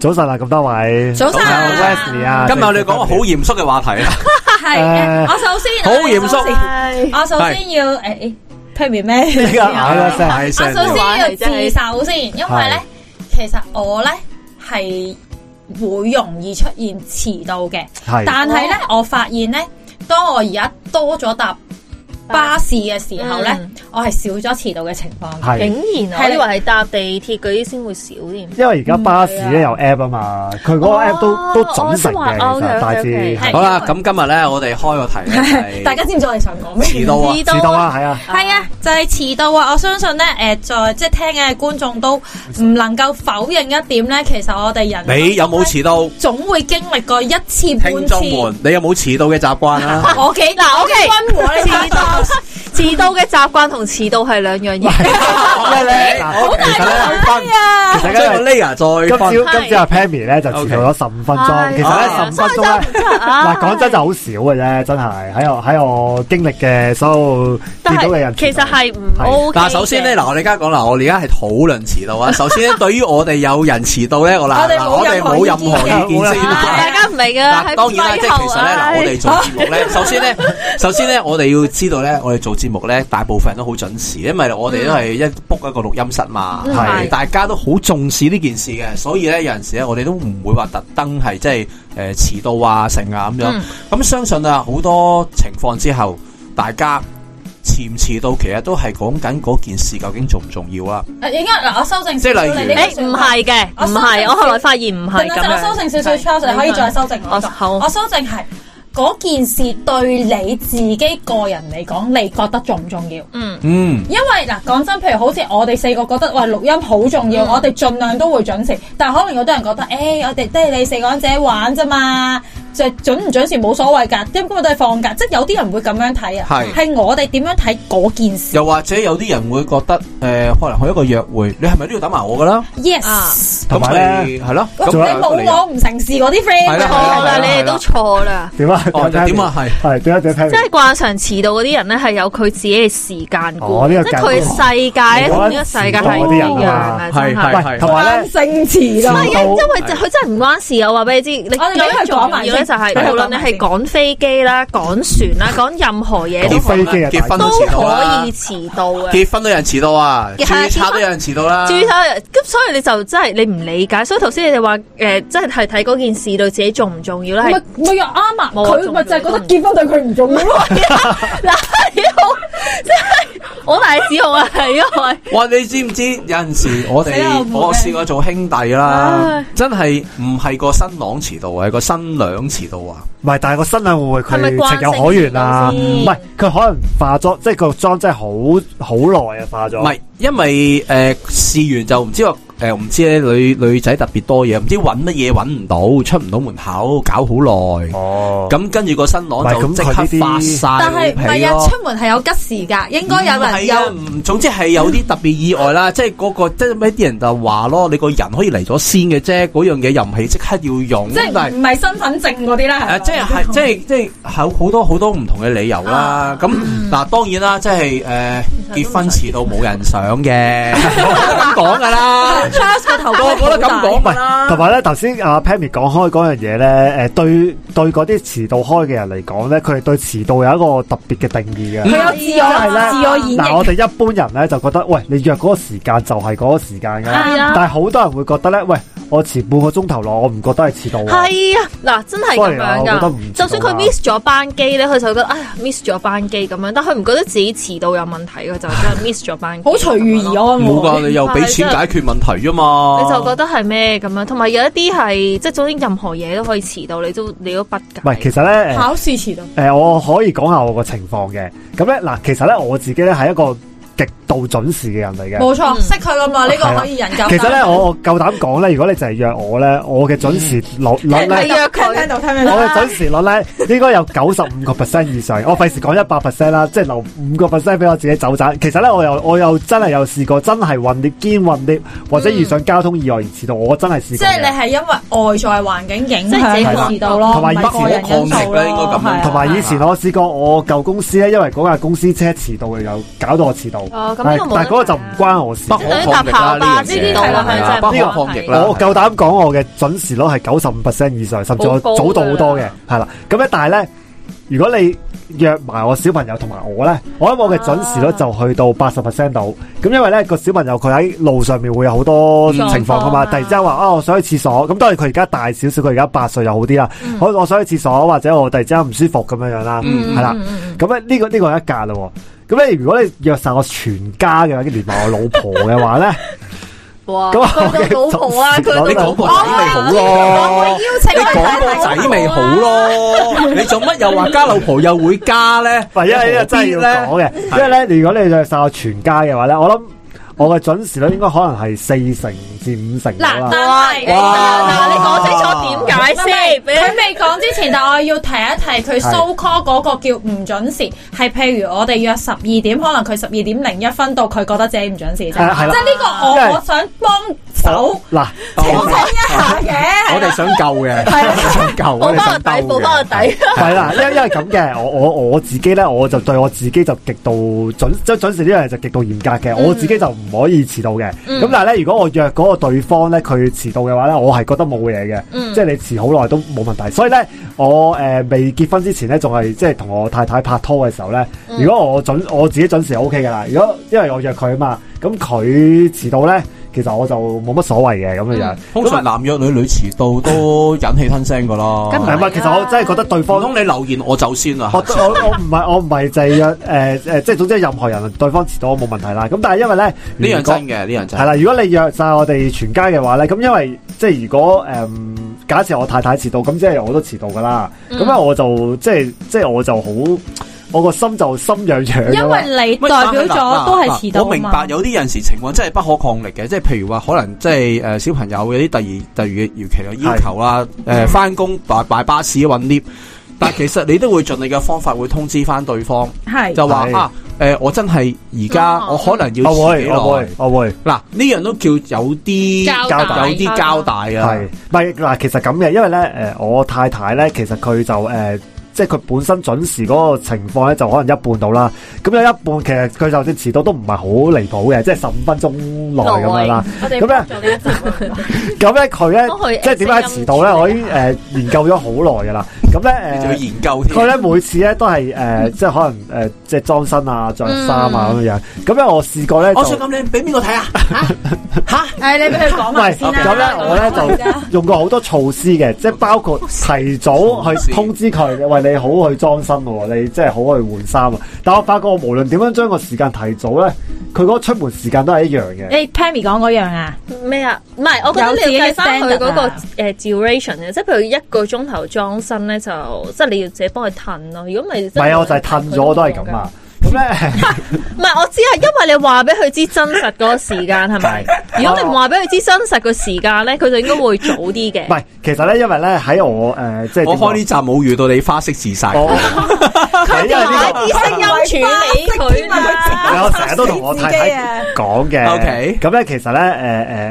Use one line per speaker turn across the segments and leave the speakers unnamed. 早晨啊，咁多位，
早晨
啊，Wesley 啊，
今日我哋講個好嚴肅嘅話題啊，
係
誒
誒我首先
好嚴肅，
我首先要誒 p e r 咩？
呢個咬咗聲，
大
我
聲
首
啲，
先要自首先，因為咧，其實我咧係會容易出現遲到嘅，
係
但係咧，我發現咧，當我而家多咗搭巴士嘅時候咧
嗯，
我係少咗遲到嘅情況
係，
嘅。
竟然啊
係
我以為係搭地鐵嗰啲先會少添。
因為而家巴士咧有 app 啊嘛，佢嗰個 app 都
哦
都準成
我
嘅，其
知話
實
OK，OK，OK
大致
係
係
好啦，咁今日咧，我哋開個題呢係
大家知唔知我哋想講咩？
遲到啊，
知道啊，係啊，
係啊，就係、遲到啊！我相信咧，誒、在即係聽嘅觀眾都唔能夠否認一點咧，其實我哋人
你有冇遲到？
總會經歷過一次半
聽眾
次。
們，你有冇遲到嘅習慣 啊？
我幾
嗱，OK，
温和 你
遲到遲到嘅習慣同遲到係兩樣 嘢。
因為咧，
好大分，
啊！
其實
將個
咧。
layer
今
再
朝
分，
今朝阿 Pammy 咧就遲到咗十五分鐘，
係
其實咧
哦
十五分鐘咧，
啊
嗱講真就好少嘅啫，真係喺我喺我經歷嘅所有
但
見到嘅
係
人，
其實係唔 OK 嘅。
嗱，首先咧，嗱，我哋而家講啦，我哋而家係討論遲到啊。首先咧，對於我哋有人遲到 咧，我嗱，嗱
我
我
哋
哋
冇任
冇任
何
何
意見
意見 先
啊
嘅。
大家唔明啊，
嗱，
喺
當然啦，即
背
係
後
其實咧，嗱，我哋做節目 咧，首先咧，首先咧，我哋要知道咧，我哋做節目咧，大部分人都好準時，因為我哋都係一 book 一個錄音室嘛，
嗯
係
大家都好重視呢件事嘅，所以咧有陣時咧，我哋都唔會話特登係即係誒遲到啊、成啊咁樣。
嗯
咁相信啊，好多情況之後，大家遲唔遲到，其實都係講緊嗰件事究竟重唔重要啊。
應該嗱，我修正
即係例如
你呢個
誒
想
唔
法
係嘅，
我
唔
修正
係，我後來發現唔係
等等
咁
陣，
樣。嗯
我修正少少 Charles，你可以再修正我
我好
我修正係嗰件事對你自己個人嚟講，你覺得重唔重要？
嗯，
嗯，
因為嗱，講真，譬如好似我哋四個覺得話錄音好重要，我哋盡量都會準時。但係可能有啲人覺得，誒、我哋都係你四個人自己玩啫嘛，就準唔準時冇所謂㗎，因為都係放假。即係有啲人會咁樣睇啊，
係
係我哋點樣睇嗰件事
又或者有啲人會覺得誒、可能去一個約會，你係咪都要等埋我噶啦？
？Yes，、
啊
同埋咧
係咯，
喂你
咁
仲有
一個理由
冇我唔成事嗰啲 friend
係啦
啊
錯啦，你哋都錯啦。
點啊？
哦點啊係
係點啊？點啊
即係
Pammy？
慣常遲到嗰啲人咧，係有佢自己嘅時間
哦
觀，
呢個價
即係
值
佢嘅世界咧同呢個世界
遲到
係唔一
嗰啲人
樣
啊嘛
嘅，真係。
係
喂，同埋咧
慣。性遲
唔
啦
係。
係啊，因為就佢真係唔關事啊！我話俾你知，你
我哋
最
講
重要
埋
咧
先
就係
係
無論你係趕飛機啦、趕船啦、趕任何嘢都
結
好
飛機啊！
結婚
都
都遲到啦
可以，遲到嘅。
結婚都有人遲到啊，
係啊
註冊都有人遲到啦，
注意睇，咁所以你就真係你唔理解，所以頭先你哋話誒，即係係睇嗰件事對自己重唔重要啦，係
咪咪又啱啊！
冇啊
佢咪就係覺得結婚對佢唔重要咯。
嗱，好真係好大指控啊，係因為
哇！你知唔知有陣時我哋
死啦我冇
我
嘅
試過做兄弟啦
唉，
真係唔係個新郎遲到啊，係個新娘遲到啊，
唔係，但係個新娘會唔會
係咪
佢
慣
情有
性
可原啊？
遲到
唔
先
係，佢可能化妝，即係個妝真係好好耐啊，化咗。
唔係因為誒試完就唔知話誒唔知咧女女仔特別多嘢，唔知揾乜嘢揾唔到，出唔到門口，搞好耐。
哦，
咁跟住個新
唔
郎
係
就
咁
即
佢
刻
呢啲
發 晒
但係唔
脾
係啊？
咯。
出門係有吉時㗎，應該有人
係啊，
有。
唔總之係有啲特別意外啦，即係嗰、個即係咩啲人就話咯，你個人可以嚟咗先嘅啫，嗰樣嘢又唔係即刻要用，
即係
但係
唔係身份證嗰啲啦，係咪
誒，即係係即係即係好好多好多唔同嘅理由啦。咁嗱，當然啦，即係誒結婚遲到冇人想嘅，咁講噶啦，
Charles 個頭啊
個個都咁
唔
講㗎
係，同
啦。
埋咧，頭先阿 Pammy 講開嗰樣嘢咧，誒對對嗰啲遲到開嘅人嚟講咧，佢哋對遲到有一個特別嘅定義嘅。
佢
嗯
有自我自我演
嗱，
繹
我，哋一般人咧就覺得，喂，你約嗰個時間就係嗰個時間㗎啦。
係啊
但係好多人會覺得咧，喂，我遲半個鐘頭落，我唔覺得係遲到喎。
係啊，嗱，真係咁
Sorry 啊我覺
樣
得
噶
唔。
就算
遲
佢
到啊
miss 咗班機咧，佢就覺得哎呀 miss 咗班機咁樣，但佢唔覺得自己遲到有問題，佢就真係 miss 咗班機。
好隨遇而安。
冇
喎。
噶，你又俾錢解決問題啫嘛。
你就覺得係咩咁樣？同埋有一啲係即係總之任何嘢都可以遲到，你都你都不解。
唔係，其實咧，誒
考試遲到，
誒、我可以講下我個情況嘅。咁咧，嗱，其實咧我自己咧係一個極度準時嘅人嚟嘅。
冇錯，識佢咁耐，呢個可以人教。
其實咧，我我夠膽講咧，如果你就係約我咧，我嘅準時率 率
係
咧，
約
聽聽
佢，
到聽聽
我
到，
嘅準時率咧應該有九十五個 percent 以上。我費事講一百 percent 啦，即係留五個 percent 俾我自己走盞。其實咧，我又我又真係有試過，真係混啲兼混啲，或者遇上交通意外而遲到，我真係試過嘅。
即係你係因為外在環境影
即係自己
響
個
遲到咯，
同埋以
唔係
前
個人因素咯，
抗力啦應該咁樣
係啊
同埋以前我試過我舊公司咧，因為嗰架公司車遲到嘅，又搞到我遲到。
哦咁呢
但
個冇得
但嗰個就唔關我事
不。可抗力啦，呢
即
樣
係等於搭校
嘢係
巴呢啲係啦係
啊
真係
不
冇
可抗力啦。
我夠膽講，我嘅準時率係九十五 percent 以上，甚至我
好高
早到好多
㗎
嘅，係啦。咁咧，但係咧，如果你約埋我小朋友同埋我咧，我諗我嘅準時率就去到八十 percent 度。咁因為咧個小朋友佢喺路上面會有好多情況噶嘛，
狀況啊
突然之間話啊我想去廁所，咁當然佢而家大少少，佢而家八歲又好啲啦。我我想去廁所或者我突然之間唔舒服咁樣樣啦，
嗯
係啦。咁咧呢個呢個係一格咯喎。咁咧如果你約晒我全家嘅，連埋我老婆嘅話咧。
哇！
咁
佢到老婆啊，佢
我
到
嘅
你
老
講個
婆
仔
啊
咪好咯，
請
你講個仔咪好咯，你做乜又話加老婆又會加咧？
唔係，因為呢個真係要講嘅，因為咧，如果你就晒我全家嘅話咧，我諗我嘅準時率應該可能係四成至五成到
嗱，
啦。
但係
嗱嗱，你講清楚點解
唔係
先？俾
佢未講之前，但我要提一提佢 so call 嗰個叫唔準時，係譬如我哋約十二點，可能佢十二點零一分到，佢覺得自己唔準時啫。即係
係係啦
呢個
因為
我我想幫手
嗱，
澄清一下
我
嘅。
哋想救嘅，我哋想救，我
報
哋
翻個
想
底，
兜
報翻
嘅。
個底。
係啦，因為因為咁嘅，我我我自己咧，我就對我自己就極度準，即係準時呢樣嘢就極度嚴格嘅，我自己就唔可以遲到嘅。咁但係咧，如果我約嗰個對方咧，佢遲到嘅話咧，我係覺得冇嘢嘅，即係你遲好耐都冇問題。所以咧，我誒未結婚之前咧，仲係即係同我太太拍拖嘅時候咧，如果我準我自己準時 O K 噶啦，如果因為我約佢啊嘛，咁佢遲到咧，其實我就冇乜所謂嘅咁樣樣。
通常男約女，女遲到都忍氣吞聲噶咯。
唔係唔係，其實我真係覺得對
唔
方
通你留言我走先啊？
我我我唔係我唔係就係約誒誒，即係總之任何人對方遲到我冇問題啦。咁但係因為咧
呢樣
係
真嘅，呢樣真
係啦，如果你約晒我哋全家嘅話咧，咁因為即係如果誒、嗯假設我太太遲到，咁即係我都遲到噶啦。
嗯
咁啊、我就即係即係我就好，我個心就心癢癢㗎
因
啦
為你
喂
代表
但係嗱
咗都係遲到啊
嗱我明
嘛
白有啲有陣時情況真係不可抗力嘅，即係譬如話可能即係誒小朋友有啲
嗯
第二第二嘅要期嘅要求啦，誒翻工買買巴士揾 lift，但係 其實你都會盡你嘅方法會通知翻對方，
係啊
就話
係
啊誒我真係而
嗯
家我可能要
我
遲
會
幾耐，
我會我會
嗱呢樣都叫有啲
交
代
有啲交代啊
係，，唔係嗱？其實咁嘅，因為咧誒、我太太咧其實佢就誒。即係佢本身準時嗰個情況咧，就可能一半到啦。咁有一半其實佢就算遲到都唔係好離譜嘅，即係十五分鐘內咁樣啦。
我哋
咁咧
book 咗呢一 集
咁
啊
咧佢
幫佢
咧即係點解遲到咧？
誒
我已經誒、呃研究咗好耐噶啦。咁
你就要
咧誒
研究
佢
添。
咧每次咧都係誒、呃即係可能誒、呃即係裝身啊、着衫啊咁樣。咁咧我試過咧
我想
就
咁你俾邊個睇啊？ 吓
誒，你俾佢講埋先啦。
咁咧我咧 就用過好多措施嘅，即係包括提早去通知佢，喂你好去裝身喎，你即係好去換衫啊。但我發覺我無論點樣將個時間提早咧，佢嗰個出門時間都係一樣嘅。
你 Pammy 講嗰樣啊，
咩啊？唔係，我覺得你要計翻佢嗰個
有
誒
自
duration 嘅，即係譬如一個鐘頭裝身咧，就即係你要自己幫佢褪咯。如果唔係，
唔係啊，我就係褪咗我都係咁啊。咁咧。
唔係，我只係因為你話俾佢知真實嗰個時間係咪？如果你唔話俾佢知真實個時間咧，佢就應該會早啲嘅。
唔係，其實咧，因為咧喺我誒、呃即係點
我
講
開呢集冇遇到你花式自殺。
我係因為呢
買啲聲音處理佢啊啦。
啊個，我成日都同我
啊
太太講嘅。
OK
咁咧其實咧誒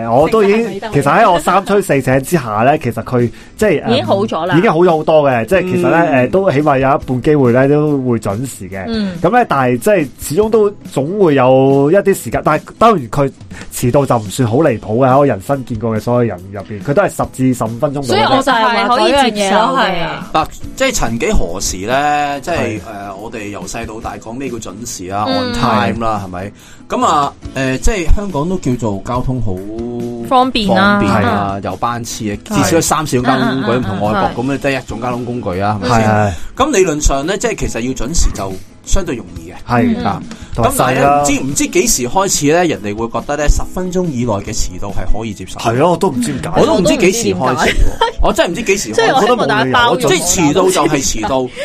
誒，我都已經其實喺我三催四請之下咧，其實佢即係、呃
已經好咗啦
已經好咗好多嘅。即係其實咧誒、
嗯
呃都起碼有一半機會咧都會準時嘅。
嗯
咁咧，但係即係始終都總會有一啲時間，但係當然佢遲到就唔算好離譜嘅，喺我人生見過嘅所有人入邊，佢都係十至十五分鐘到嘅啫。
所以我就係話嗰樣嘢咯，
啊可以接受嘅
係啊。
嗱，即係曾幾何時咧，即係誒
係、
呃我哋由細到大講咩叫準時啦、
嗯
on time 啦，係咪？咁啊，誒、即係香港都叫做交通好
方便
方
啦
便啊，有班次啊，至少有三小交通工具，唔同外國咁你得一種交通工具啊，係咪
係
先？
係
咁理論上咧，即係其實要準時就相對容易嘅。
係
啊，
同埋
咁但係
細啦
咧，唔知唔知幾時開始咧，人哋會覺得咧十分鐘以內嘅遲到係可以接受。
係，咯，我都唔知點解。
我都唔知幾時開始喎，我真係唔知幾時
即係
開
我
始
希望大家包
我覺
容。
得
即係遲到啊就係遲到，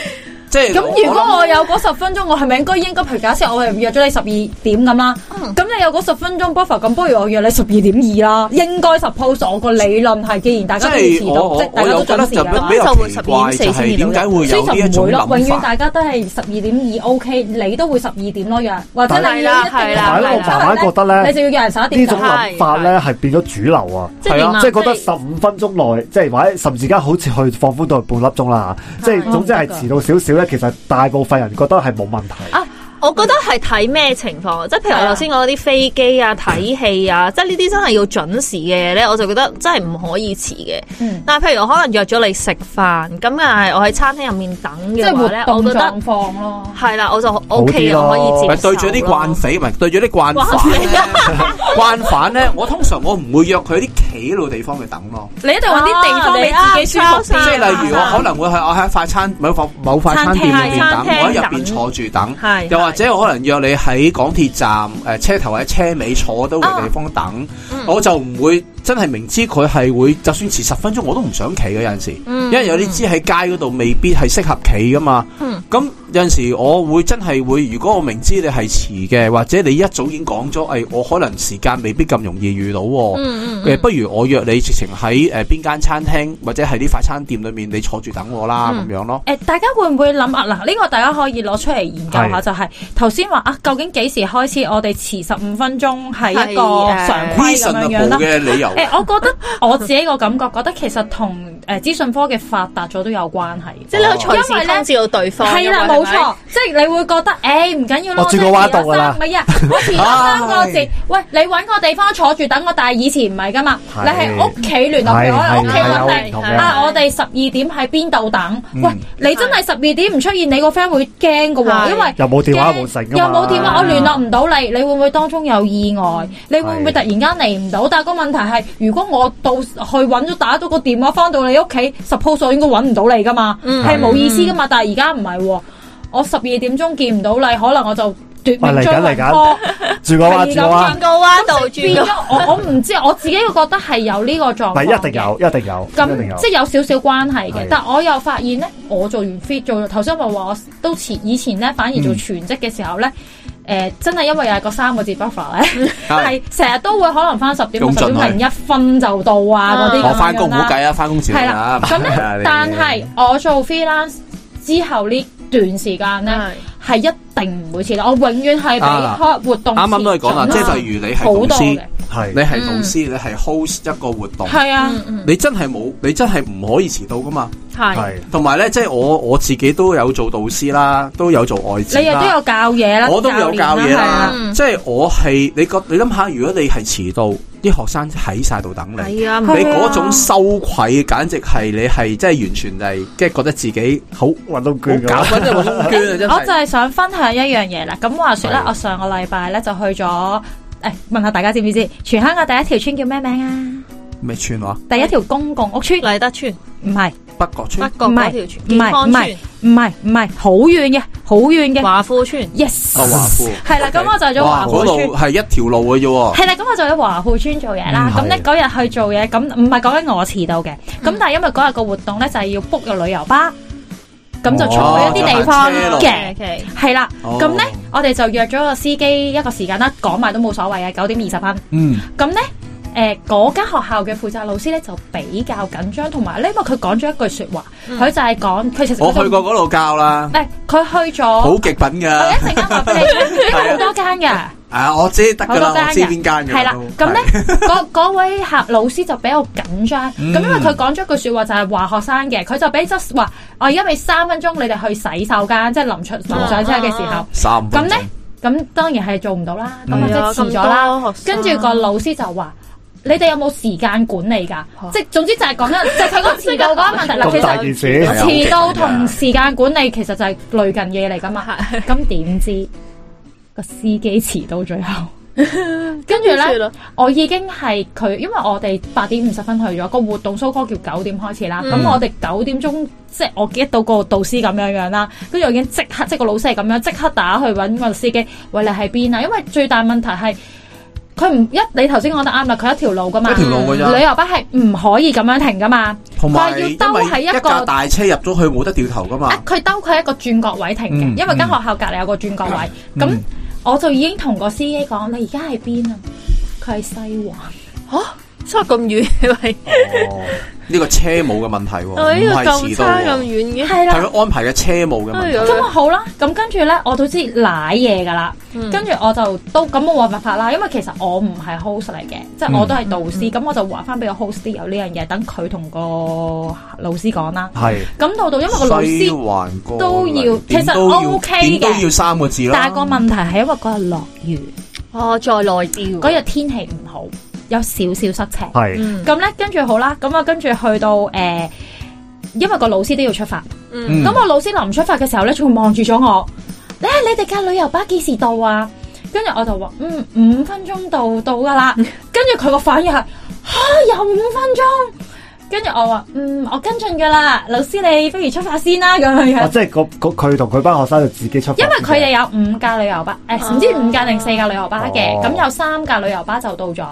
即係
咁如果我有嗰十分鐘，我係咪應該應該譬如假設我係約咗你十二點咁啦，
嗯
咁你有嗰十分鐘 buffer，咁不如我約你十二點二啦，應該 suppose 我個理論係，既然大
即
家都要遲
我
到，
我
即係大
我
家
又
都
覺得
準時
就
㗎啦，
比較奇怪，就係點解會
所以
有呢
就
一
唔
種
會咯，永
諗
遠
法？
大家都係十二點二 OK，你都會十二點咯約，或者
但
你要一定
但係
係啦係啦
咧，我慢慢覺得
你就
咧，
要約人十一
呢
啊點
種
㗎啦
諗法咧係變咗主流啊！
即係點啊？
即係覺得十五分鐘內，即係或者甚至而家好似去放寬到半粒鐘啦，即係總之係遲到少少咧，其實大部分人覺得係冇問題。
啊！
我覺得係睇咩情況，即係譬如我頭先講嗰啲飛機啊、睇戲啊，即係呢啲真係要準時嘅嘢咧，我就覺得真係唔可以遲嘅。
嗯
但係譬如我可能約咗你食飯，咁但係我喺餐廳入面等
即
嘅
係
話
活
咧，我
動
覺得
狀況咯。
係啦，我就 O K
啲咯
我可以接受
咪
咯。
對住啲慣匪，咪對住 啲慣犯
慣
咧， 慣犯咧，我通常我唔會約佢啲企路地方去等咯。
你一定揾啲地方俾自己舒服
即
啊
啲。
係例如我可能會係我喺快餐某塊某塊餐店入邊
餐
等，
廳
我喺入邊坐住等。
係
又或者我可能約你喺港鐵站誒車頭或者車尾坐到嘅地方
哦
等，
嗯
我就唔會真係明知佢係會，就算遲十分鐘我都唔想企嘅有陣時，
嗯
因為有啲知喺街嗰度未必係適合企噶嘛。
嗯
咁有陣時我會真係會，如果我明知你係遲嘅，或者你一早已經講咗，誒、哎我可能時間未必咁容易遇到喎、
嗯嗯
誒，不如我約你直情喺誒邊間餐廳或者係啲快餐店裏面，你坐住等我啦，咁、
嗯
樣咯。
誒，大家會唔會諗啊？嗱，呢個大家可以攞出嚟研究下，
係
就係頭先話啊，究竟幾時開始我哋遲十五分鐘係一個
係誒
常規咁樣樣
reasonable
啦？
嘅理由啊
誒、， 我覺得我自己個感覺，覺得其實同誒資訊科技發達咗都有關係。
即係你可以隨時通知到對方㗎嘛。
係啦，
係
冇
咪
錯，即係你會覺得誒唔緊要咯，
我轉個彎度㗎啦
唔係 啊，我遲咗三個字
唉，
喂，你揾個地方坐住等我，但係以前唔係噶嘛，
係
你係屋企聯絡
係
佢，我喺屋企
係
揾
有唔
你
同
係
嘅，
啊，我哋十二點喺邊度等？
嗯
喂，你真係十二點唔出現，你個 friend 會驚噶喎，
係
因為
又冇電話
驚
冇成㗎
又
嘛
冇電話，我聯絡唔到你，你會唔會當中有意外？你會唔會
係
突然間嚟唔到？但係個問題係，如果我到去揾咗打咗個電話翻到你屋企，suppose 我應該揾唔到你噶嘛，
嗯
係冇意思噶嘛。但係而家唔係喎，我十二點鐘見唔到你，可能我就
喂
奪
嚟
命追
緊啊嚟
魂
緊
科。
嗯住個彎
係
住個彎
轉，個彎度轉
變
個
咗我我唔知，我自己會覺得係有呢個狀
唔係
況
一定
嘅
有，一定有，一定有
咁即。係有少少關係嘅
係，
但我又發現咧，我做完 fit 做頭先咪話我都前以前咧，反而
嗯
做全職嘅時候咧，誒、真係因為又係個三個字 buffer 咧，係成日都會可能翻十點
用
十
盡佢
點零一分就到啊嗰啲咁樣
我
啦
翻工唔好計啊，翻工遲
係啦，咁
啊
咧
你，啊
但係我做 freelance 之後呢段時間咧，係一定唔會遲到，我永遠係比
啊
開活動
啱啱都係講啦，
遲
即
準
係例如你係
好
導
多
師
嘅，，嗯
係
你係導師，你係 host 一個活動，
係啊，
嗯
你真係冇，你真係唔可以遲到噶嘛。
係
係
同埋咧，即係我我自己都有做導師啦，都有做外展
你亦都
啦，
有教嘢啦，
我都有教嘢
練係啊
啦
嗯。
即係我係你覺，你諗下，如果你係遲到，啲學生喺晒度等你。
係啊，
你嗰種羞愧，簡直係你係即係完全係，即係覺得自己好
運到
好
捐
搞
㗎，
乜真係好捐啊！真
我就
係
係想分享一樣嘢啦。咁話說咧，
係
我上個禮拜咧就去咗。誒，問下大家知唔知？全香港第一條村叫咩名啊？
咩村話？
第一條公共屋村
麗德村、
唔係，
北角
北
村
角嗰條村、健康
唔係
村、
唔係，唔係，好遠嘅，好遠嘅。
華富村。
yes，
啊華富
係啦，咁我就咗華
哇！
富
嗰
村
度。係一條路嘅啫喎。
係啦，咁我就喺華富村做嘢啦。
嗯
咁咧
係
嗰日去做嘢，咁唔係講緊我遲到嘅。咁但係因為嗰日個活動咧就係要 book 個旅遊巴，咁就出去一啲地方
哦
嘅。
嘅
係啦，
哦
咁呢，我哋就約咗個司機一個時間啦，講埋都冇所謂嘅，九點二十分。
嗯，
咁呢，誒嗰間學校嘅負責老師呢，就比較緊張，同埋呢，因為佢講咗一句説話，佢、就係講佢其實
我去
佢就
過嗰度教啦，
誒佢去
好
咗，
極品
我一
噶。
陣間話俾你聽， 因為好多間㗎。
啊，我知得噶啦，
好多間嘅
我知邊間嘅。
係啦
我都
咁呢，嗰嗰位客老師就比較緊張，咁
嗯
因為佢講咗句説話就係話學生嘅，佢就俾則話我而家俾三分鐘你哋去洗手間，即係臨出臨上車嘅時候
嗯。
三五分
咁
鐘
呢咁當然係做唔到啦，咁
嗯
啊即係遲咗
有咁
啦
多學。
跟
生
住個老師就話：你哋有冇時間管理㗎？即係總之就係講緊，就係佢嗰個遲到嗰個問題啦。
咁大
其
件事
係啊
實
好勁㗎
遲到同時間管理其實就係類近嘢嚟㗎嘛。咁點知個司機遲到 最後？跟住
跟住
咧
呢，
我已經係佢，因為我哋八點五十分去咗個活動，蘇哥叫九點開始啦。咁、
嗯
我哋九點鐘，即係我 get 到個導師咁樣樣啦，跟住我已經即刻，即係個老師係咁樣，即刻打去揾個司機，喂你喺邊啊？因為最大問題係佢唔一，你頭先講得啱啦，佢一條路噶嘛，
一條路㗎咋
旅遊巴係唔可以咁樣停噶嘛，
同埋
佢
因為
係要兜喺一個
一架大車入咗去冇得掉頭噶嘛
啊。佢兜佢一個轉角位停嘅，
嗯
因為間學校隔離有個轉角位，咁、
嗯
我就已經同個司機講：你而家喺邊啊？佢喺西環。
差咁遠，喂，
哦
嗯
呢個車務嘅問題喎，
我呢
唔係
個咁
遲到
差咁
喎，
遠嘅，
係啦
係。佢安排嘅車務嘅問題。
咁啊好啦，咁跟住咧，我都知舐嘢噶啦，
嗯
跟住我就都咁我冇辦法啦，因為其實我唔係 host 嚟嘅，
嗯
即係我都係導師，咁我就話翻俾個 host 啲有呢樣嘢，等佢同個老師講啦。
系
咁到到因為個老
西
師，
環過嚟
都要
點
其實
都要
OK
點都
嘅
要三個字啦。
但係個問題係因為嗰日落雨，
哦，再耐
嗰
啲喎，
日天氣唔好，有少少塞車。
系
嗯
咁咧，跟住好啦，咁啊，跟住去到誒、呃因為個老師都要出發，
嗯
咁、我老師臨出發嘅時候咧，仲望住咗我，咧你哋架旅遊巴幾時到啊？跟住我就話嗯五分鐘到到噶啦，跟住佢個反應係吓有五分鐘，跟住我話嗯我跟進噶啦，老師你不如出發先啦咁樣
哦，
樣，
即系個個佢同佢班學生就自己出發，
因為佢哋有五架旅遊巴，誒、唔知五架定四架旅遊巴嘅，
哦
咁、有三架旅遊巴就到咗，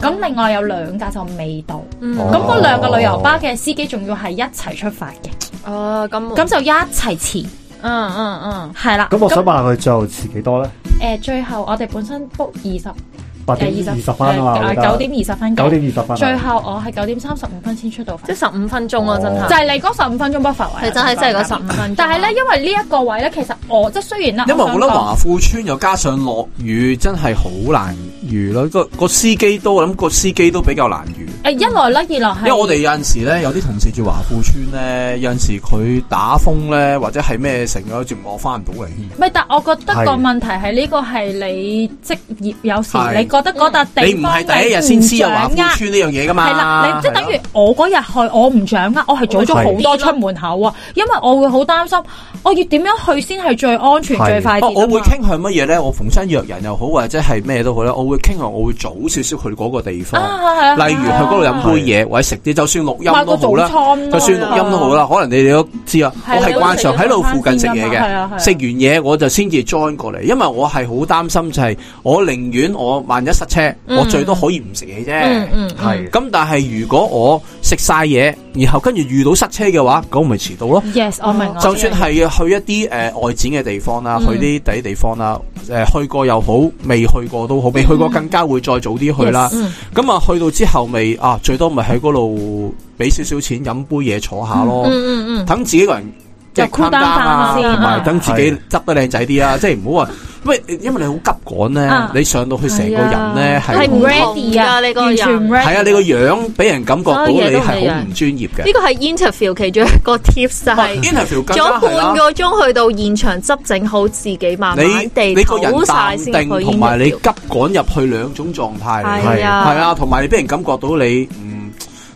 咁另外有兩架就未到。
嗯
哦
咁嗰兩個旅遊巴嘅司機仲要係一齊出發嘅，
哦，咁
咁就一齊遲，
嗯嗯嗯，
係啦。
咁我想問下佢最後遲幾多咧？
誒、最後我哋本身 book 二十
八點
誒
二
二
十分啊嘛，我記得
九點二十分嘅
九點二十分啊，
最後我係九點三十五分先出到
即
飯，
係十五分鐘咯，真
哦
係，
就係你嗰十五分鐘 buffer 位。
係真係真係啊嗰十五分鐘，
但係咧，因為呢一個位咧，其實我即係雖然啦，
因為
我
我
想
覺得
講
華富村又加上落雨，真係好難遇咯。個個司機都我諗個司機都比較難遇，
誒一來啦，二來係
因為我哋有陣時咧，有啲同事住華富村咧，有陣時佢打風咧，或者係咩成嘅，全部翻唔到嚟添。
唔係，但我覺得
係
個問題係呢個係你職業有時
係
你覺得嗰笪
你
地
唔
方呃
係第一日先知啊
你
有華富
唔掌握
村呢樣嘢噶嘛？
係啦，你即係等於我嗰日去，我唔掌握，我係早咗好多出門口啊，因為我會好擔心，我要點樣去先係最安全、
係
最快捷
哦，
啊嘛
我會傾向乜嘢咧？我逢親約人又好，或者係咩都好啦，我會傾向我會早少少去嗰個地方，
啊，係啊，
例如去嗰度飲杯嘢或者食啲，就算錄音
買個
都好
早
啦。
餐啊咯，
就算錄音都好啦，可能你哋都知啊，
係
我係慣常喺度附近食嘢
係啊係啊
嘅，食完嘢我就先至 join 過嚟，因為我係好擔心就係我寧願我萬一塞車，
嗯
我最多可以唔食嘢
嗯
啫。
嗯
係
咁但係如果我食晒嘢，然後跟住遇到塞車嘅話，咁咪遲到咯。
Yes，我明，我
就算
知
係去一啲誒、呃外展嘅地方啦，
啊嗯
去啲第啲地方啦，誒、去過又好，未去過都好，未去過更加會再早啲去啦。
嗯
咁啊、去到之後咪啊，最多咪喺嗰度俾少少錢飲杯嘢坐下咯。
嗯嗯
等自己個人即係
就 cool down
calm down 啊，
翻先
同埋等自己
係
執得靚仔啲 啊！即係唔好話，喂，因為你好急趕咧
啊，
你上到去成個人咧
係啊
係
係
係
好
唔
同
ready 啊，
㗎你個
完全唔
人
ready。
係啊，你個樣俾人感覺到
所
你
有嘢
係
都唔
好
一樣
唔專業
嗯，
嘅
呢。個係 interview 其中一個 tips 就
哇
係。
interview 更加
咗
係啦
半。個鐘去到現場執整好自己，慢慢
你
地
你個人
唞晒
淡
先去
定，同埋你急趕入去兩種狀態嚟，
係啊
係啊，同埋你俾人感覺到你嗯，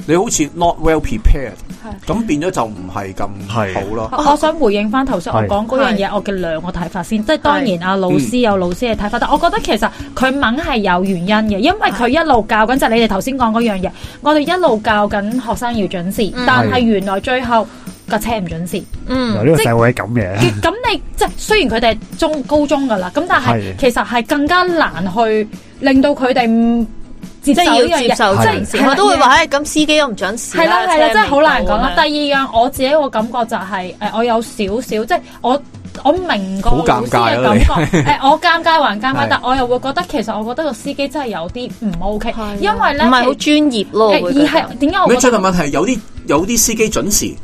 你好似 not well prepared，咁變咗就唔係咁
係
好咯。
我我想回應翻頭先我
係
講嗰樣嘢，我嘅兩個睇法先。即係當然啊，老
嗯
師有老師嘅睇法，但我覺得其實佢猛係有原因嘅，因為佢一路教緊就係你哋頭先講嗰樣嘢，我哋一路教緊學生要準時
嗯，
但
係
係原來最後架車唔準時。
由
嗯
呢個社會係咁嘅，
咁你即係雖然佢哋係中高中噶啦，咁但係
係
其實係更加難去令到佢哋唔接
即
受
係
呢
要
樣
接
嘢。
受
係
準時，
係啦
我都會話誒咁司機都唔準時
係啦係啦，真係好難講啦。
啦
第
車未
二
到咁樣。
樣我自己個感覺就係、誒、我有少少即係我我明個
好尷
老師
尬
嘅
啊
感
你
覺，誒、我尷尬還尷
係
尬，但我又會覺得其實我覺得個司機真係有啲唔 OK，
係啊
因為咧
唔係好專業咯，
誒
會
而
覺得
係點解我
你
覺
最大
得
問題係有啲有啲司機準時，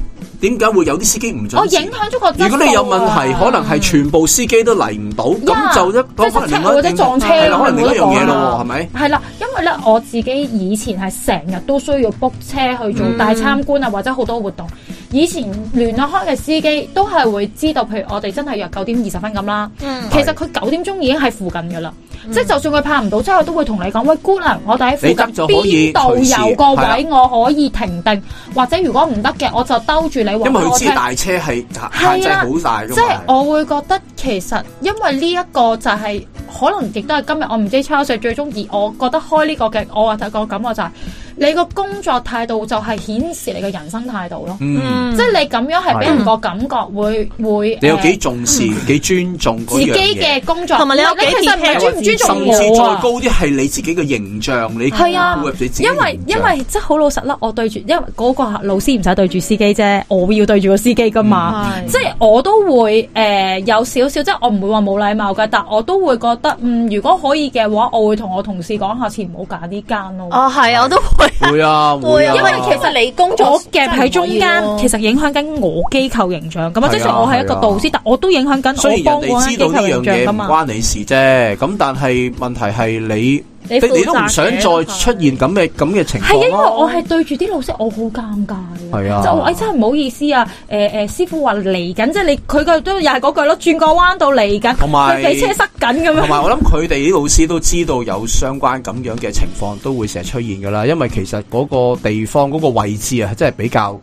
點解會有啲司機唔準時？
我影響咗個質素啊
如果你有問題，可能係全部司機都嚟唔到，咁
Yeah，
就一
即係
可能
塞車
另外一
或
件
者撞車
係啦可
咁
能另一樣嘢
冇得講
咯
啦
喎，係咪？
係啦，因為咧我自己以前係成日都需要 book 車去做
嗯
大參觀啊，或者好多活動。以前聯絡開嘅司機都係會知道，譬如我哋真係約九點二十分咁啦。
嗯
其實佢九點鐘已經喺附近噶啦，即係就算佢拍唔到車，我都會同你講：喂，姑娘，我哋喺附
嗯你得就
近
可
邊
以
度
隨時
有個
係
位，我可以停定，或者如果唔得嘅，我就兜住你話
因
俾
為佢
我
知
聽。
大車係限
係
制
啦
好大
即係
㗎嘛。
我會覺得其實因為呢一個就係、可能亦都係今日我唔知 Charles 最中意，我覺得開呢個嘅我話個感覺就係、你個工作態度就係顯示你嘅人生態度咯。
嗯，
即係你咁樣係俾人個感覺會會
你有
呃
幾重視、幾尊重
自
嗰
己
樣嘢，
嘅工作，
同埋你有幾
其實唔係
care
尊唔尊
甚
重
至
我
再
啊
高？啲係你自己嘅形象，你
係啊
顧及你自己嘅
因為
形象
因為即係好老實啦，我對住因為嗰個老師唔使對住司機啫，我要對住個司機噶嘛。
嗯
係
即係我都會誒、呃有少少，即係我唔會話冇禮貌嘅，但我都會覺得嗯，如果可以嘅話，我會同我同事講下次唔好揀呢間咯。
哦係啊，我都
會 啊，會啊，
因為其實你工作
我夾喺中間，其
實
實影響緊我機構形象。咁
係
啊，
啊
即使我係一個導師，但我都影響緊
雖
我
然
幫
人哋
嗰
知
間機
道呢
構
樣
形象
嘢
噶
唔
嘛。
關你事啫，咁但係問題係你，
你
你你都
負責
唔
嘅
想再出現咁嘅咁嘅情
係啊，
況
因為
咯。
我係對住啲老師，我好尷尬嘅。
係啊
就我哎真係唔好意思啊！誒、誒，師傅話嚟緊，即係你佢個都又係嗰句咯，轉個彎到嚟緊，
同埋
佢俾車塞緊咁
同埋
樣。
我諗佢哋啲老師都知道有相關咁樣嘅情況都會成日出現噶啦，因為其實嗰個地方嗰個位置啊，真係比較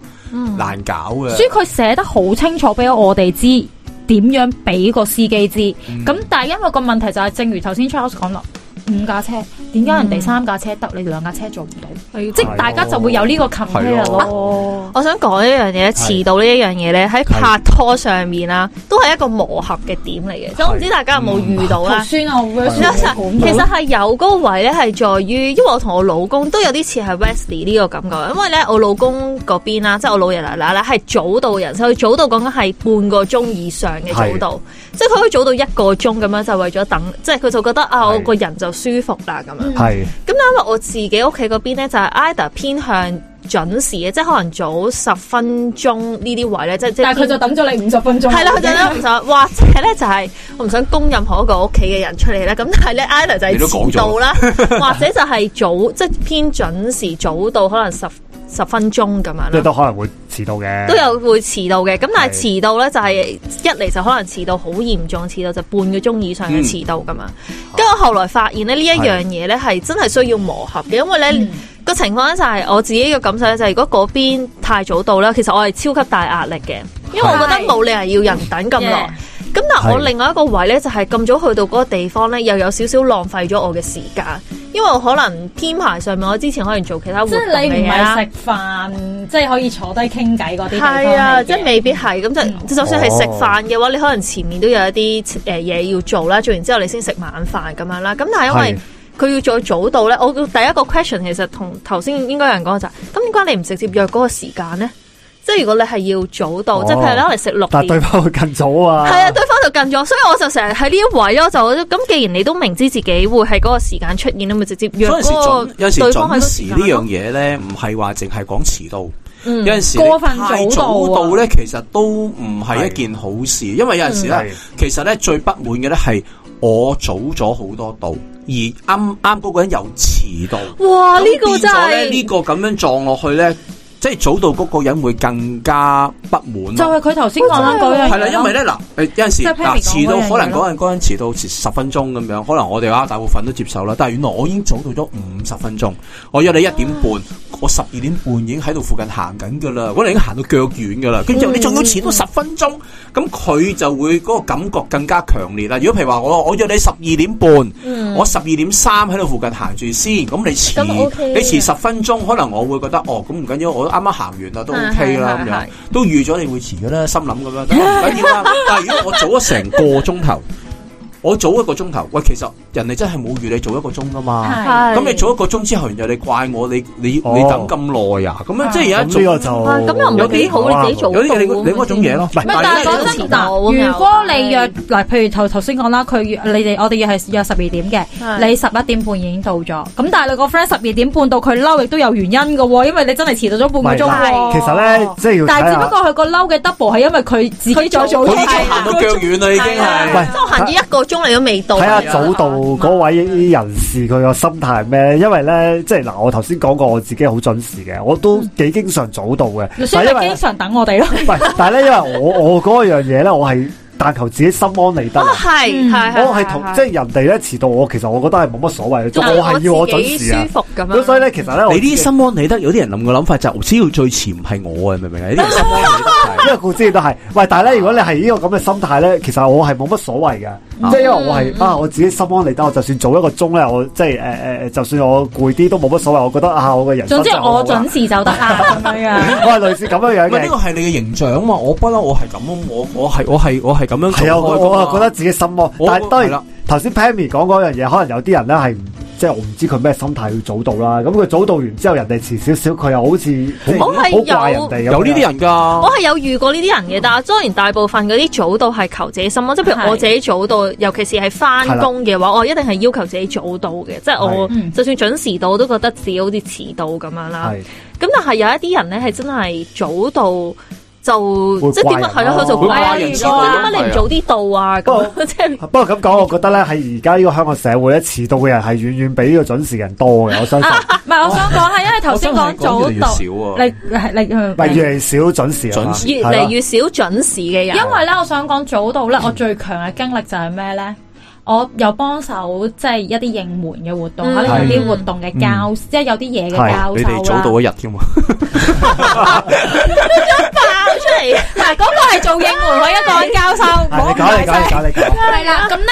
難搞嘅。
所以佢寫得好清楚俾我哋知點樣俾個司機知。
嗯
咁、但係因為個問題就係、正如頭先 Charles 講啦，五架車點解人哋三架車得，你兩架車做唔到？即嗯係啊大家就會有呢個 c o m p a r
係
咯。
我想講一樣嘢，遲到呢一樣嘢咧，喺拍拖上面啦，都係一個磨合嘅點嚟嘅。所以我唔知大家有冇遇到啦。
酸啊，我會
其實係有嗰個位咧，係在於，因為我同我老公都有啲似係 Wesley 呢個感覺，因為咧我老公嗰邊啊啦，即係我老爺奶奶咧，係早到人，所以早到講緊係半個鐘以上嘅早到，即係佢可以早到一個鐘咁樣，就為咗等，即係佢就覺得啊，我
係
個人就舒服啦咁樣。
係
咁因為我自己屋企嗰邊咧，就係 either 偏向準時嘅，即係可能早十分鐘呢啲位咧，即係即係
但係佢就等咗你五十分鐘。
係啦，佢就 咧唔想，或者咧就係、我唔想供任何一個屋企嘅人出嚟咧。咁但係咧 either 就係
你都講咗
遲到啦， 或者就係早即係偏準時早到，可能十十分鐘咁
即
樣
係
啦。
都可能會遲到嘅，
都有會遲到嘅，咁但係
係
遲到咧就係、一嚟就可能遲到好嚴重，遲到就半個鐘以上嘅遲到咁樣。跟住我後來發現咧呢一樣嘢咧係真係需要磨合嘅，因為咧
嗯
個情況咧就係我自己嘅感受咧就係如果嗰邊太早到啦，其實我係超級大壓力嘅，因為我覺得
係
冇理由要人等咁耐。咁但係我
係
另外一個位咧，就係咁早去到嗰個地方咧，又有少少浪費咗我嘅時間，因為我可能編排上面，我之前可能做其他活
即
動
係你唔
嘅嘢啦
係。食飯，即係可以坐低傾偈嗰啲地方嚟嘅
係啊，即係未必係咁
嗯
就，就算係
哦
食飯嘅話，你可能前面都有一啲誒嘢要做啦，做完之後你先食晚飯咁樣啦。咁但係因為佢要再早到咧，我第一個 question 其實同頭先應該有人講就係，咁點解你唔直接約嗰個時間咧？即係如果你係要早到，即係譬如你可能食六
哦但係對。
點
方會更早啊，
系啊，對方就近咗，所以我就成日喺呢一位咯，就覺得咁既然你都明知自己會喺嗰個時間出現，你咪直接約
所以有時
嗰
準，
個
有時
對方喺嗰個
準時
時間
呢樣
咯。
嘢咧，唔係話淨係講遲到。
嗯
有陣時
過分
你太
早到
早
啊
到咧，其實都唔係一件好事，因為有陣時咧
嗯，
其實咧最不滿嘅咧係我早咗好多到，而啱啱嗰個人又遲到。
哇，啊呢
咁
個
變
真
咗咧呢
係
個咁樣撞落去咧，即係早到嗰個人會更加不滿
就
咯。
係佢頭先講緊嗰樣嘢咯
係啦，因為咧嗱，誒有陣時
即係
嗱
Pammy
遲到
講嗰樣嘢，咯
可能嗰陣嗰陣遲到遲十分鐘咁樣，可能我哋啊大部分都接受啦。但係原來我已經早到咗五十分鐘，我約你一點半，我十二點半已經喺度附近行緊噶啦，我哋已經行到腳軟
嗯
噶啦，跟住之後你仲要遲到十分鐘，咁佢就會嗰個感覺更加強烈啦。如果譬如話我我約你十二點半。
嗯
我十二點三喺度附近行住先，咁你遲
咁 OK
你遲十分鐘，可能我會覺得哦，咁唔緊要，我啱啱行完啦，都
係
OK 啦
係
咁
係
樣，都預咗你會遲嘅啦，心諗咁樣，但係唔緊要啦。但係如果我早咗成個鐘頭，我早一個鐘頭，喂，其實人哋真係冇預你早一個
啊
鐘噶嘛。
係
咁你早一個鐘之後，然後你怪我，你你你
哦
等咁耐啊？咁樣即係有一
咁呢個
種
就
哇啊咁又唔係幾好，你自己早
有啲你你嗰種嘢咯，唔
唔係，但係
係
講
遲
真
到咁
嗱，
又
如果你約嗱，譬如頭頭先講啦，佢約你哋我哋約係約十二點
係
嘅，你十一點半已經到咗，咁但係你個 friend 十二點半到佢嬲，亦都有原因嘅喎，因為你真係遲到咗半個鐘
嗱
喎。
其實咧即係要
但
睇
係只
下
不。過佢個嬲嘅 double 係因為佢自己再早
佢
咗
已經行到腳軟啦，已經
係
喂
係。
即係我行咗一個鐘你都未到。
睇下早到嗰位人士佢個心態咩？因為咧，即係嗱，我頭先講過我自己好準時嘅，我都
嗯
幾經常早到嘅。
所
但
以
係因
佢
為
經常等我哋咯。
唔係，但係咧，因為我我嗰樣嘢咧，我係但求自己心安理得
哦，
啊。
係
嗯
係係
我係同
係
即係人哋咧遲到，我其實我覺得係冇乜所謂，即係我係要我準時啊
自己。舒服咁樣。
咁所以咧，其實咧，我
你啲心安理得，有啲人諗嘅諗法就係只要最遲唔係我啊，明唔明啊？呢啲人心安理得
因為顧之都係，喂，但係咧，如果你係呢個咁嘅心態咧，其實我係冇乜所謂嘅，
嗯
即係因為我係啊，我自己心安理得，我就算早一個鐘咧，我即係誒誒誒，就算我攰啲都冇乜所謂，我覺得啊，我嘅人生
總之
真係好
我
好啊
準時就得啦， 咁樣啊。
我係類似咁樣樣
係。喂，呢個
嘅，
係你嘅形象嘛？我不嬲，我係咁啊，我我係我係我係咁樣做
係啊，我
開㗎嘛
我啊覺得自己心安，
我
但係當
係
然
啦
頭先 Pammy 講嗰樣嘢，可能有啲人咧係唔即係我唔知佢咩心態去早到啦。咁佢早到完之後，人哋遲少少，佢又好似即係
我係有
好怪人哋咁樣
有呢啲人噶
我。係有遇過呢啲人嘅，但係當然大部分嗰啲早到係求自己心咯，即係譬如我自己早到，尤其是係翻工嘅話，我一定係要求自己早到嘅，即係我
係
就算準時到，我都覺得自己好似遲到咁樣啦。
係
咁但係有一啲人咧係真係早到
會
就即係點
怪
解係
人咯
咯，佢就
會
怪
怪
啊，
人
點
之
解
類咯
你唔早啲到啊？
不過
咁即係。
不過咁講，我覺得咧喺而家呢個香港社會咧，遲到嘅人係遠遠比呢個準時嘅人多嘅，我相信。
唔係，我想講係因為頭先講早
我真係
到，
講越嚟
你你你
咪越嚟越少準時啊嘛
準時
越嚟越少準時嘅人，
因為咧，我想講早到
嗯
咧，我最強嘅經歷就係咩咧？我有幫手即係一啲應門嘅活動，
嗯
可能有啲活動嘅交，即係有啲嘢嘅啊交
嗯你哋
收
早
啦。
到啊一日添嘛？
爆出嚟，
嗱，嗰個係做應門，我一個人 交收，
係
我
你
唔
講，
係
你講，你
真係
講，你講。
係啦，咁咧，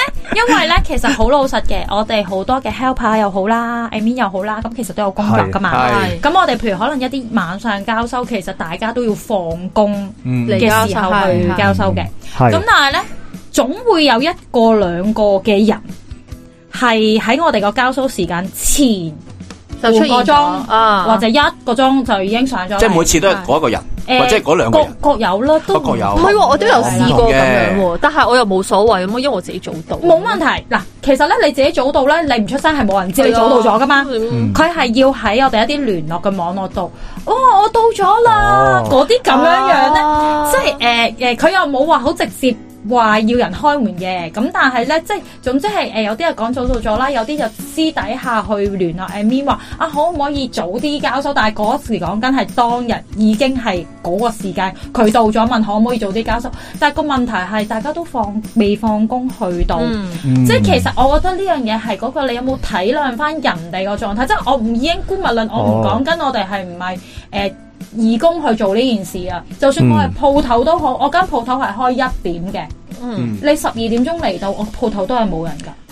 因為咧，其實好老實嘅，我哋好多嘅 helper 又好啦，admin 又好啦，咁其實都有工作噶嘛。
係
咁我哋譬如可能一啲晚上交收，其實大家都要放工
嗯
嘅
嚟
時候去交
交
收嘅。
係
咁但係咧，總會有一個兩個嘅人係喺我哋個交收時間前
就出
半
現
個
咗
鐘
啊，
或者一個鐘就已經上咗嚟，啊
即係每次都係嗰一個人，
誒
或者係嗰兩個人。
各各有啦，都
不過有
唔係喎，我都有試過咁樣
唔
喎，但係我又冇所謂咁，因為我自己早到，
冇問題。嗱，其實咧你自己早到咧，你唔出聲係冇人知你早到咗噶嘛。
嗯
佢係要喺我哋一啲聯絡嘅網絡度，哦，我到咗啦，
哦
嗰啲咁樣樣咧。
啊
即係誒誒，佢、又冇話好直接話要人開門嘅，咁但係咧，即係總之係誒、有啲係講早到咗啦，有啲就私底下去聯絡 admin 話啊，可唔可以早啲交收？但係嗰時講緊係當日已經係嗰個時間，佢到咗問可唔可以早啲交收？但係個問題係大家都放未放工去到。
嗯
即係其實我覺得呢樣嘢係嗰個你有冇體諒翻人哋個狀態，即係我唔已經姑勿論，我唔
哦
講緊我哋係唔係誒義工去做呢件事啊。就
嗯
算我係鋪頭都好，我間鋪頭係開一點
嗯
嘅，你十二點鐘嚟到，我鋪頭都係冇人㗎。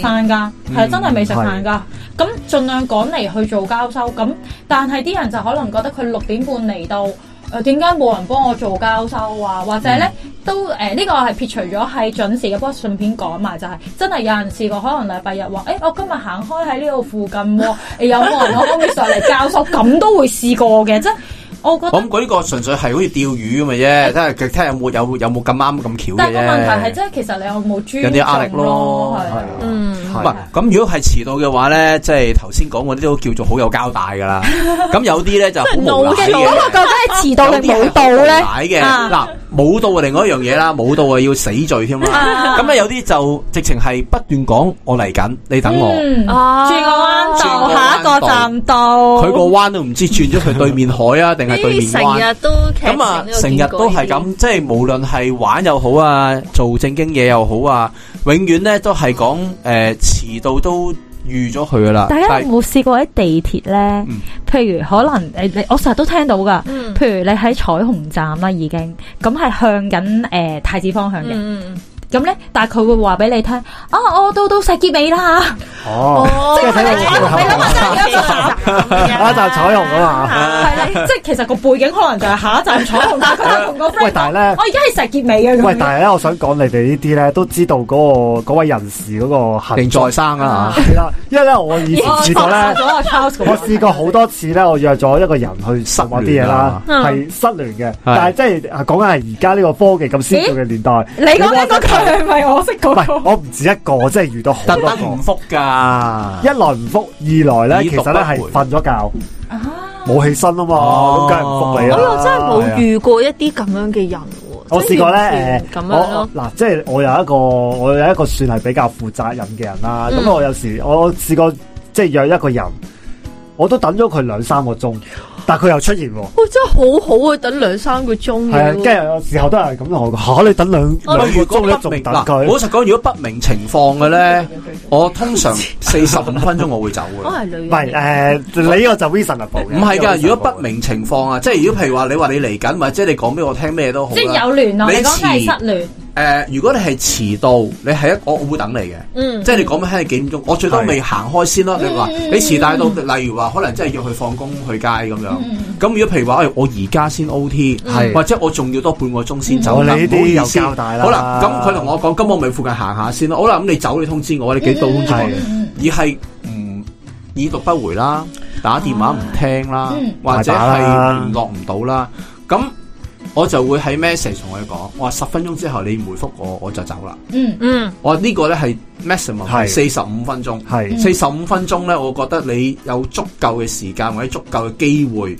飯㗎，係
嗯
真係未食飯㗎。咁盡量趕嚟去做交收，咁但係啲人就可能覺得佢六點半嚟到。誒點解冇人幫我做交收啊？或者咧
嗯
都誒呃呢、個係撇除咗係準時嘅，不過順便講埋就係、真係有人試過，可能禮拜日話誒、我今日行開喺呢度附近喎、 誒有冇人可唔可以上嚟交收？咁都會試過嘅，即係我覺得
我。諗佢呢個純粹係好似釣魚咁嘅啫，睇下睇下有冇有有冇咁啱咁巧嘅啫。
但係個問題係，即係其實你有冇尊
有啲壓力
重
咯
係啊
係
嗯，
唔係咁，如果係遲到嘅話咧，即係頭先講嗰啲都叫做好有交代㗎 啦。咁有啲咧就好無賴
嗰個
嘅。
究竟係遲到
有
定冇
啲係
到
好無
咧？
賴嘅，嗱冇到啊，另外一樣嘢啦，冇到啊要死罪添啦。咁咧啊有啲就直情係不斷講我嚟緊，你等我。
嗯
啊
轉個彎
轉
道，
個
哦
彎
下一個站到。
佢個彎都唔知轉咗佢對面海啊，定係對面
呢成
灣。
日都
咁啊，成日都係咁，即係無論係玩又好啊，做正經嘢又好啊，永遠咧都係講誒遲到都預咗佢噶啦。
大家
但係
有冇試過喺地鐵咧
嗯？
譬如可能誒，你我成日都聽到噶。
嗯
譬如你喺彩虹站啦，已經咁係向緊誒太子方向嘅。
嗯，
咁咧，但係佢會話俾你聽，啊，我到到石硤尾啦。
哦，
哦
即係睇
你
到
你諗下真係有一 個站
一站彩虹啊嘛
係啦，即係其實個背景可能就係下一站彩虹，但係佢係同個 friend
喂但係咧
講我而家係石硤尾啊。咁樣
喂，但係咧，我想講你哋呢啲咧，都知道嗰、個嗰位人士嗰個行
仍在生啊，
係啦，因為咧我以前試過
我錯
咧。
咗啊 Charles
我試過好多次咧，我約咗一個人去
失
玩啲
聯
嘢啦
啊，
係失聯嘅。但係即係啊講緊係而家呢個科技咁先進嘅年代，
你講緊嗰句係咪我識
唔
嗰
係
個？
我唔止一個，我真係遇到好
特
多
登唔
個。
復㗎
一。來唔復，二來咧
已
其
讀不
實
回
咧係瞓咗覺，
啊
冇起身啊嘛，咁
哦
梗係唔復你啦。
哎我又真係
係啊
冇遇過一啲咁樣嘅人喎，
我試過咧，
咁
誒，
樣
我
咯，
嗱，即係我有一個，我有一個算係比較負責任嘅人啦。咁、
嗯
我有時我試過即係約一個人，我都等咗佢兩三個鐘，但佢又出現喎。
哇，真係好好啊，等兩三個鐘
係啊，
嘅
跟住有時候都有人咁同我講嚇，你等兩
嗯我
兩個
哦如果
鐘你
不
仲
明
等
嗱，
佢
我，實講，如果不明情況嘅咧，我通常四十五分鐘我會走
我
嘅。
係女人
唔
嚟
係誒，你呢個就 reasonable 嘅
唔係㗎，如果不
明
明情況啊，即係如果譬如話你話你嚟緊，或者你講俾我聽咩都好
即係
啦。
有聯絡，
你
你講真係
遲
失聯。
誒、如果你係遲到，你係一我我會等你嘅，
嗯
即係你講緊係幾點鐘，我最多未行開先咯。你話你遲大到，例如話可能真係要去放工去街咁樣。咁如果譬如話，哎我而家先 O T，
嗯係
或者我仲要多半個鐘先走，
嗯
嗱
我呢啲
唔好意思
有交代啦
好啦，咁佢同我講，咁我咪附近行下先咯。好啦，咁你走你通知我，你幾度通知我？
係
而係唔已讀不回啦，打電話唔聽啦，
嗯
或者
啊大把
係
啦
聯絡唔到啦，咁我就會喺 message 同佢講，我話十分鐘之後你唔回覆我，我就走啦。
嗯
嗯，
我話呢個咧係 maximum 係
係
四十五分鐘，
係
四十五分鐘咧，我覺得你有足夠嘅時間或者足夠嘅機會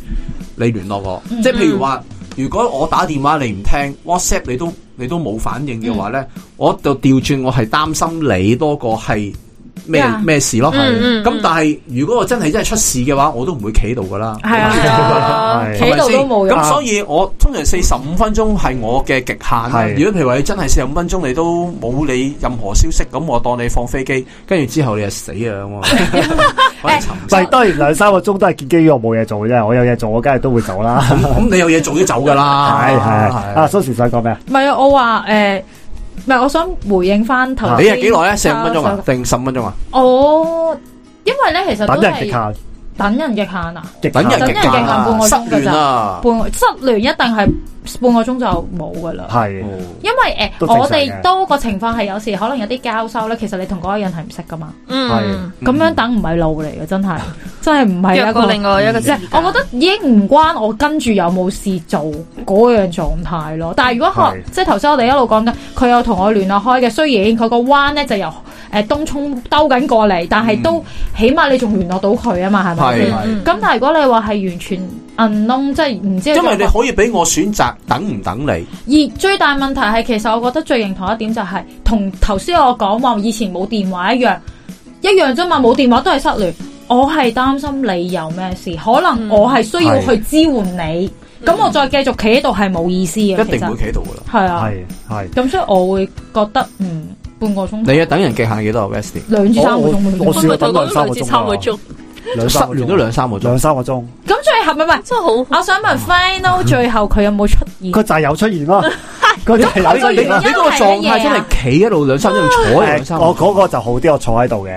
你聯絡我，
嗯
即係譬如話，如果我打電話你唔聽，WhatsApp 你都你都冇反應嘅話咧，
嗯
我就調轉我係擔心你多過係咩
呀
咩事咯。
嗯嗯
咁、
嗯
但係如果我真係真係出事嘅話，我都唔會企喺度噶啦。
係啊，
係
企喺度都冇用
咁所以我通常四十五分鐘係我嘅極限啦。
係
如果譬如話你真係四十五分鐘你都冇你任何消息，咁我當你放飛機，跟住之後你就死啊咁 啊可能沉
唔係當然兩三個鐘都係見基於我冇嘢做嘅啫，我有嘢做我梗係都會走啦。
咁咁你有嘢做都走噶啦。
係係啊
啊，
，Susie 想講咩啊？
唔係啊，我話誒，唔係我想回應翻頭
你
先。
係幾耐咧？四十五分鐘啊，定十五分鐘啊？
我因為咧，其實
等
都
人極
係
限，
等人極限啊，
極限
等人
等
極
人
限
極限半個
啊，失
鐘㗎
戀
咋
啊，
半個失聯一定係半個鐘就冇噶啦。
係
哦
因為
都正
誒、
常
我
嘅
哋多個情況係有時可能有啲交收咧，其實你同嗰個人係唔識噶嘛，
嗯，
咁、樣等唔係路嚟嘅，真係真係唔係
約
一
過
個
另外一個
即係
時間
我覺得已經唔關我跟住有冇事做嗰樣狀態咯。但係如果可
係
即係頭先我哋一路講緊，佢有同我聯絡開嘅，雖然佢個彎咧就由誒、呃、東涌兜緊過嚟，但係都、起碼你仲聯絡到佢啊嘛，係咪
嗯係
先？
係。
咁但係如果你話係完全 unknown，即係唔知佢
因為你
做乜
可以俾我選擇等唔等你，
而最大問題係，其實我覺得最認同一點就係、同頭先我講話以前冇電話一樣，一樣啫嘛，冇電話都係失聯。我係擔心你有咩事，可
嗯
能我係需要去支援你，咁、我再繼續企喺度係冇意思
一
嘅。其
定會
實
企喺度噶啦。
係啊，
係係。
咁所以我會覺得嗯半個鐘頭
你嘅等人極限幾多啊？Wesley
兩至三個
我我
鐘半個鐘
試過等兩三個鐘啊
類似三個鐘，
兩
失
三個
戀都
鐘，
兩三個鐘
兩，三個鐘，
咁最後唔係唔係，
啊真係好
我想問 Final 最後佢有冇出現？
佢就係有出現咯，佢就係有
你
出
你
現
你
咯
原因。
嗰個狀
係乜嘢
態真係
啊
企喺度兩三個鐘，坐喺兩
誒
三個鐘。
我嗰個就好啲，我坐喺度嘅。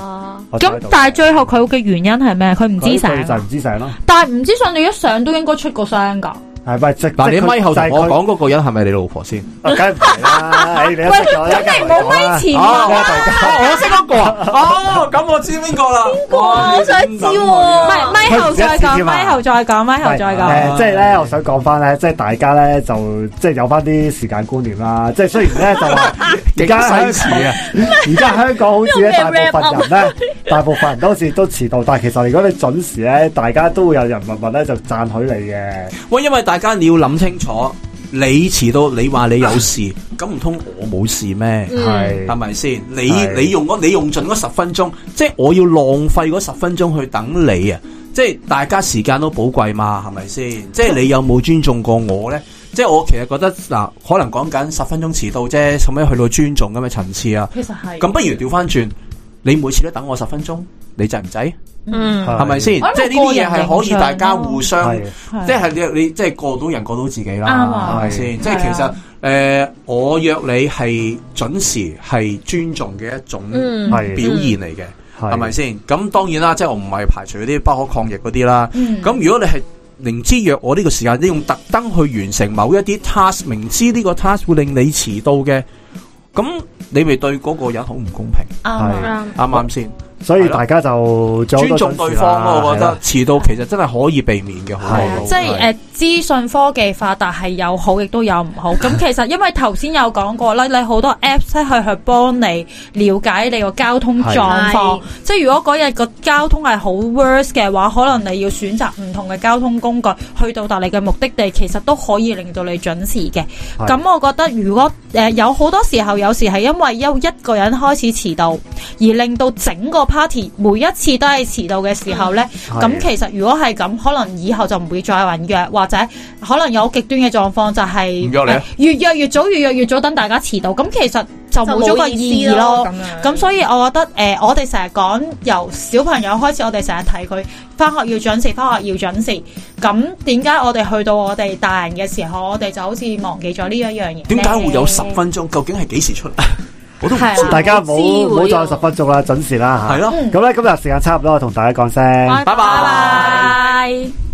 啊，
我坐喺
咁
度
但係最後佢嘅原因係咩？佢唔知
佢就
醒，
唔知醒咯。
但係唔知上你一上都應該出過聲㗎。
係咪即
嗱，
即
你咪後
就
同
係
我
佢
講嗰個人係咪你老婆先？
啊梗係唔係啦，誒你一
喂，
識咗
咁你唔好咪前
啊
我啦。
我識嗰個啊！哦，咁我知邊個啦？邊個
我想知喎
哦
啊
唔係，咪後再講，咪後再講，咪後再講。
誒，即係咧，我想講翻咧，即係大家咧就即係有翻啲時間觀念啦。即係雖然咧就話而
勁
家香
西詞啊！
而家香港好似咧，大
用咩
部分人 咧，大部分人都好似都遲到，但係其實如果你準時咧，大家都會有人默默咧就讚許你嘅。
喂，因為大家你要諗清楚，你遲到，你話你有事，咁唔通我冇事咩？
嗯，
係
係
咪先？你
係
你用嗰你用盡嗰十分鐘，即係我要浪費嗰十分鐘去等你啊！即係大家時間都寶貴嘛，係咪先？即係你有冇尊重過我呢？即係我其實覺得嗱，可能講緊十分鐘遲到啫，使咩去到尊重咁嘅層次啊？
其實係
咁不如調翻轉，你每次都等我十分鐘，你制唔制？
嗯，
係
係咪先？
我諗
即係呢啲嘢係可以大家
個人形象咯
互相，
係
即
係
係你你即係過到人過到自己
啱
啦，
啊
係咪先？
係
即係其實誒，我約你係準時係尊重嘅一種
嗯，
係
表現嚟嘅，
係
係咪先？咁當然啦，即係我唔係排除嗰啲不可抗逆嗰啲啦。
嗯
咁如果你係明知約我呢個時間，你用特登去完成某一啲 task，明知呢個 task 會令你遲到嘅，咁你咪對嗰個人好唔公平，
啱啊
啱
啱唔啱先？
所以大家就做好
尊
多
重
準
對
時
方
啦
咯，我覺
係
得
啦
遲到其實真係可以避免嘅，
係
好多
啊
都
即係誒，資訊科技發達係有好亦都有唔好。咁其實因為頭先有講過啦，你好多 Apps 咧係去幫你了解你個交通狀況
係。
即係如果嗰日個交通係好 worse 嘅話，可能你要選擇唔同嘅交通工具去到達你嘅目的地，其實都可以令到你準時嘅。
係
咁我覺得如果誒、呃有好多時候，有時係因為有一個人開始遲到，而令到整個 party 每一次都係遲到嘅時候呢。
嗯係
咁其實如果係咁，可能以後就唔會再有人約，或者可能有極端嘅狀況就係、
唔約你啊
呃越約越早，越約越早等大家遲到。咁其實就冇咗個意義咯。咁所以我覺得誒、呃我哋成日講由小朋友開始，我哋成日提佢翻學要準時，翻學要準時。咁點解我哋去到我哋大人嘅時候，我哋就好似忘記咗呢一樣嘢呢？
點解會
啊
有十分鐘？究竟係幾時出嚟？我都唔
係
知
啊。
大家唔好
我知
唔好
會
再
啊
十分鐘啦，準時啦
係
吓。
咯，
咁咧今日時間差唔多，我同大家講聲。
拜拜
拜拜。